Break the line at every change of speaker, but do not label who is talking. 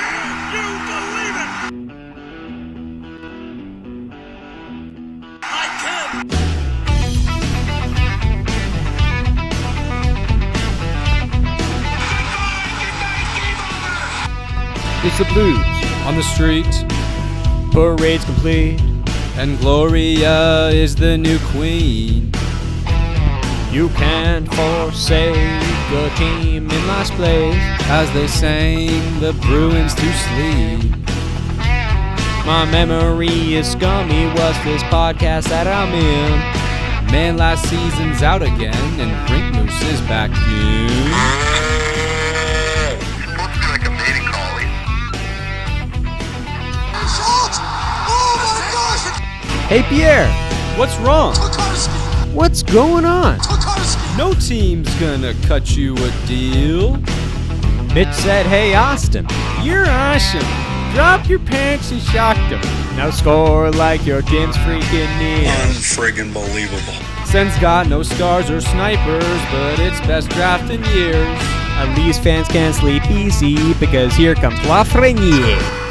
you believe it? I can. Goodbye, good night, game over.
It's the blues on the street. Parade's complete. And Gloria is the new queen. You can't forsake a team in last place. As they sang the Bruins to sleep. My memory is scummy. What's this podcast that I'm in? Man, last season's out again, and Brink Moose is back in.
It's supposed to be like a beta collie.
Schultz! Oh my gosh! It's
Hey, Pierre, what's wrong?
Tokarski!
What's going on?
Tokarski!
No team's gonna cut you a deal. Mitch said, Hey, Austin, you're awesome. Drop your pants and shock them. Now score like your game's freaking near.
Unfriggin' believable.
Sen's got no stars or snipers, but it's best draft in years. At least fans can sleep easy because here comes Lafreniere.